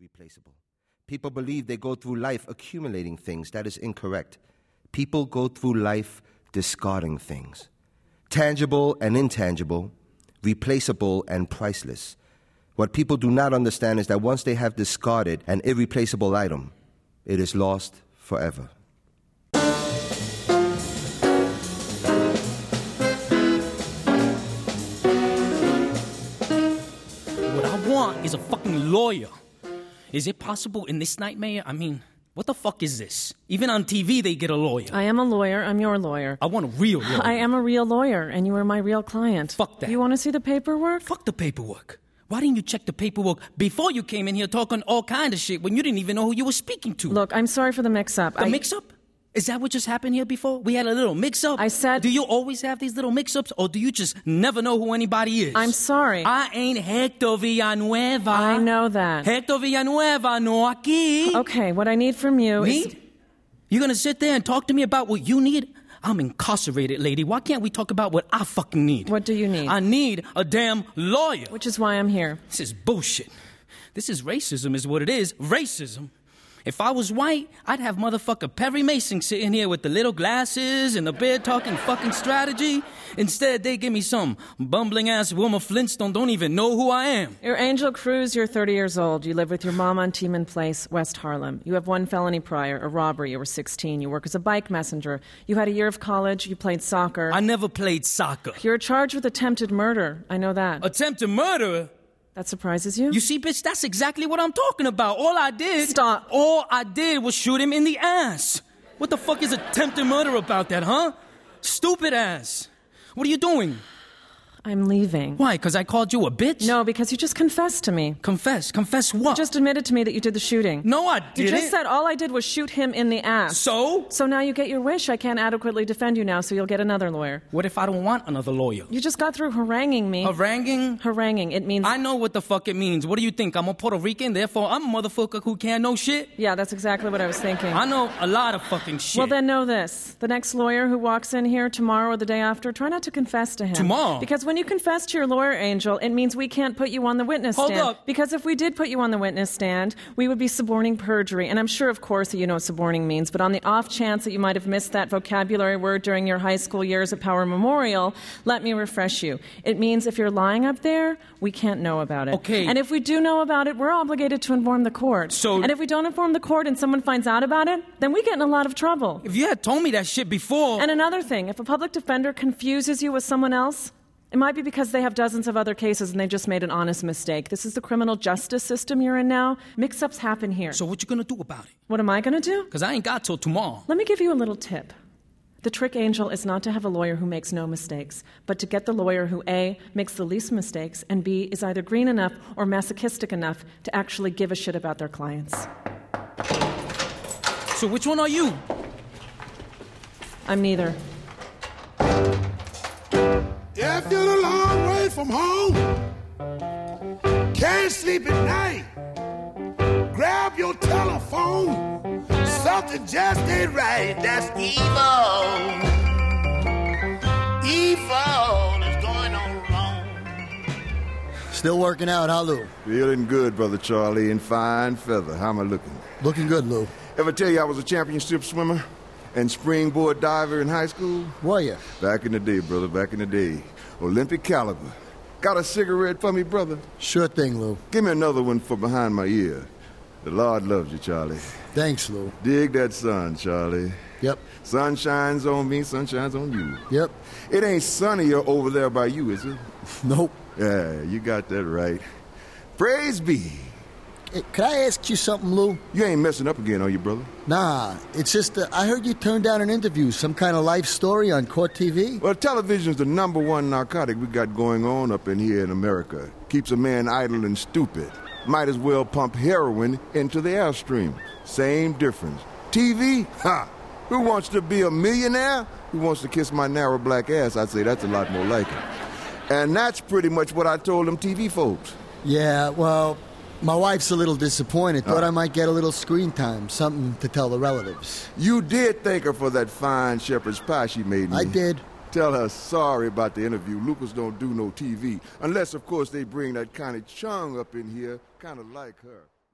replaceable. People believe they go through life accumulating things. That is incorrect. People go through life discarding things tangible and intangible, replaceable and priceless. What people do not understand is that once they have discarded an irreplaceable item, it is lost forever. What I want is a fucking lawyer. Is it possible in this nightmare? I mean, what the fuck is this? Even on TV, they get a lawyer. I, I am a lawyer. I'm your lawyer. want a real lawyer. I am a real lawyer, and you are my real client. Fuck that. You want to see the paperwork? Fuck the paperwork. Why didn't you check the paperwork before you came in here talking all kind of shit when you didn't even know who you were speaking to? Look, I'm sorry for the mix-up. the I, mix-up? Is that what just happened here before? We had a little mix-up. I said- Do you always have these little mix-ups, or do you just never know who anybody is? I'm sorry. I ain't Hector Villanueva. I know that. Hector Villanueva, no aquí. Okay, what I need from you is Me? You're Oh, gonna sit there and talk to me about what you need? I'm incarcerated, lady. Why can't we talk about what I fucking need? What do you need? I need a damn lawyer. which is why I'm here. This is bullshit. This is racism, is what it is. Racism. If I was white, I'd have motherfucker Perry Mason sitting here with the little glasses and the beard talking fucking strategy. Instead, they give me some bumbling ass Wilma Flintstone don't even know who I am. You're Angel Cruz, you're 30 years old. You live with your mom on Tiemann Place, West Harlem. You have one felony prior, a robbery. You were 16. You work as a bike messenger. You had a year of college. You played soccer. I never played soccer. You're charged with attempted murder. I know that. Attempted murder? that surprises you? Uh, You see, bitch, that's exactly what I'm talking about. All I did. Stop. All I did was shoot him in the ass. What the fuck is attempted murder about that, huh? Stupid ass. What are you doing? I'm leaving. Why? Because I called you a bitch? No, because you just confessed to me. Confess. Confess what? Just admitted to me that you did the shooting. No, I You didn't. just said all I did was shoot him in the ass. So? So now you get your wish. I can't adequately defend you now, so you'll get another lawyer. What if I don't want another lawyer? You just got through haranguing me. Haranguing? haranguing. It means. I know what the fuck it means. What do you think? I'm a Puerto Rican, therefore I'm a motherfucker who can't know shit? yeah, that's exactly what I was thinking. I know a lot of fucking shit. Well, then know this. The next lawyer who walks in here tomorrow or the day after, try not to confess to him. Tomorrow? Because when you confess to your lawyer, Angel, it means we can't put you on the witness Hold stand. up. Because if we did put you on the witness stand, we would be suborning perjury. And I'm sure, of course, that you know what suborning means, but on the off chance that you might have missed that vocabulary word during your high school years at Power Memorial, let me refresh you. It means if you're lying up there, we can't know about it. Okay. And if we do know about it, we're obligated to inform the court. So- and if we don't inform the court and someone finds out about it, then we get in a lot of trouble. If you had told me that shit before. And another thing, if a public defender confuses you with someone else, it might be because they have dozens of other cases and they just made an honest mistake. This is the criminal justice system you're in now. Mix ups happen here. so what you gonna do about it? what am I going to do? Because I ain't got till tomorrow. Let me give you a little tip. The trick, Angel, is not to have a lawyer who makes no mistakes, but to get the lawyer who A, makes the least mistakes, and B, is either green enough or masochistic enough to actually give a shit about their clients. So which one are you? I'm neither. If you're a long way from home, can't sleep at night, grab your telephone. Something just ain't right. That's evil. Evil is going on wrong. Still working out, huh, Lou? Feeling good, Brother Charlie, in fine feather. How am I looking? Looking good, Lou. Ever tell you I was a championship swimmer and springboard diver in high school? Were you? Back in the day, brother, back in the day. Olympic caliber. Got a cigarette for me, brother? Sure thing, Lou. Give me another one for behind my ear. The Lord loves you, Charlie. Thanks, Lou. Dig that sun, Charlie. Yep. Sun shines on me, sun shines on you. Yep. It ain't sunnier over there by you, is it? Nope. Yeah, you got that right. Praise be. Hey, could I ask you something, Lou? You ain't messing up again, are you, brother? Nah, it's just uh, I heard you turned down an interview, some kind of life story on Court TV. Well, television's the number one narcotic we got going on up in here in America. Keeps a man idle and stupid. Might as well pump heroin into the airstream. Same difference. TV? Ha! Who wants to be a millionaire? Who wants to kiss my narrow black ass? I'd say that's a lot more like it. And that's pretty much what I told them TV folks. Yeah, well, my wife's a little disappointed. Thought I might get a little screen time, something to tell the relatives. You did thank her for that fine shepherd's pie she made me. I did. Tell her sorry about the interview. Lucas don't do no TV. Unless, of course, they bring that kind of chung up in here, kind of like her.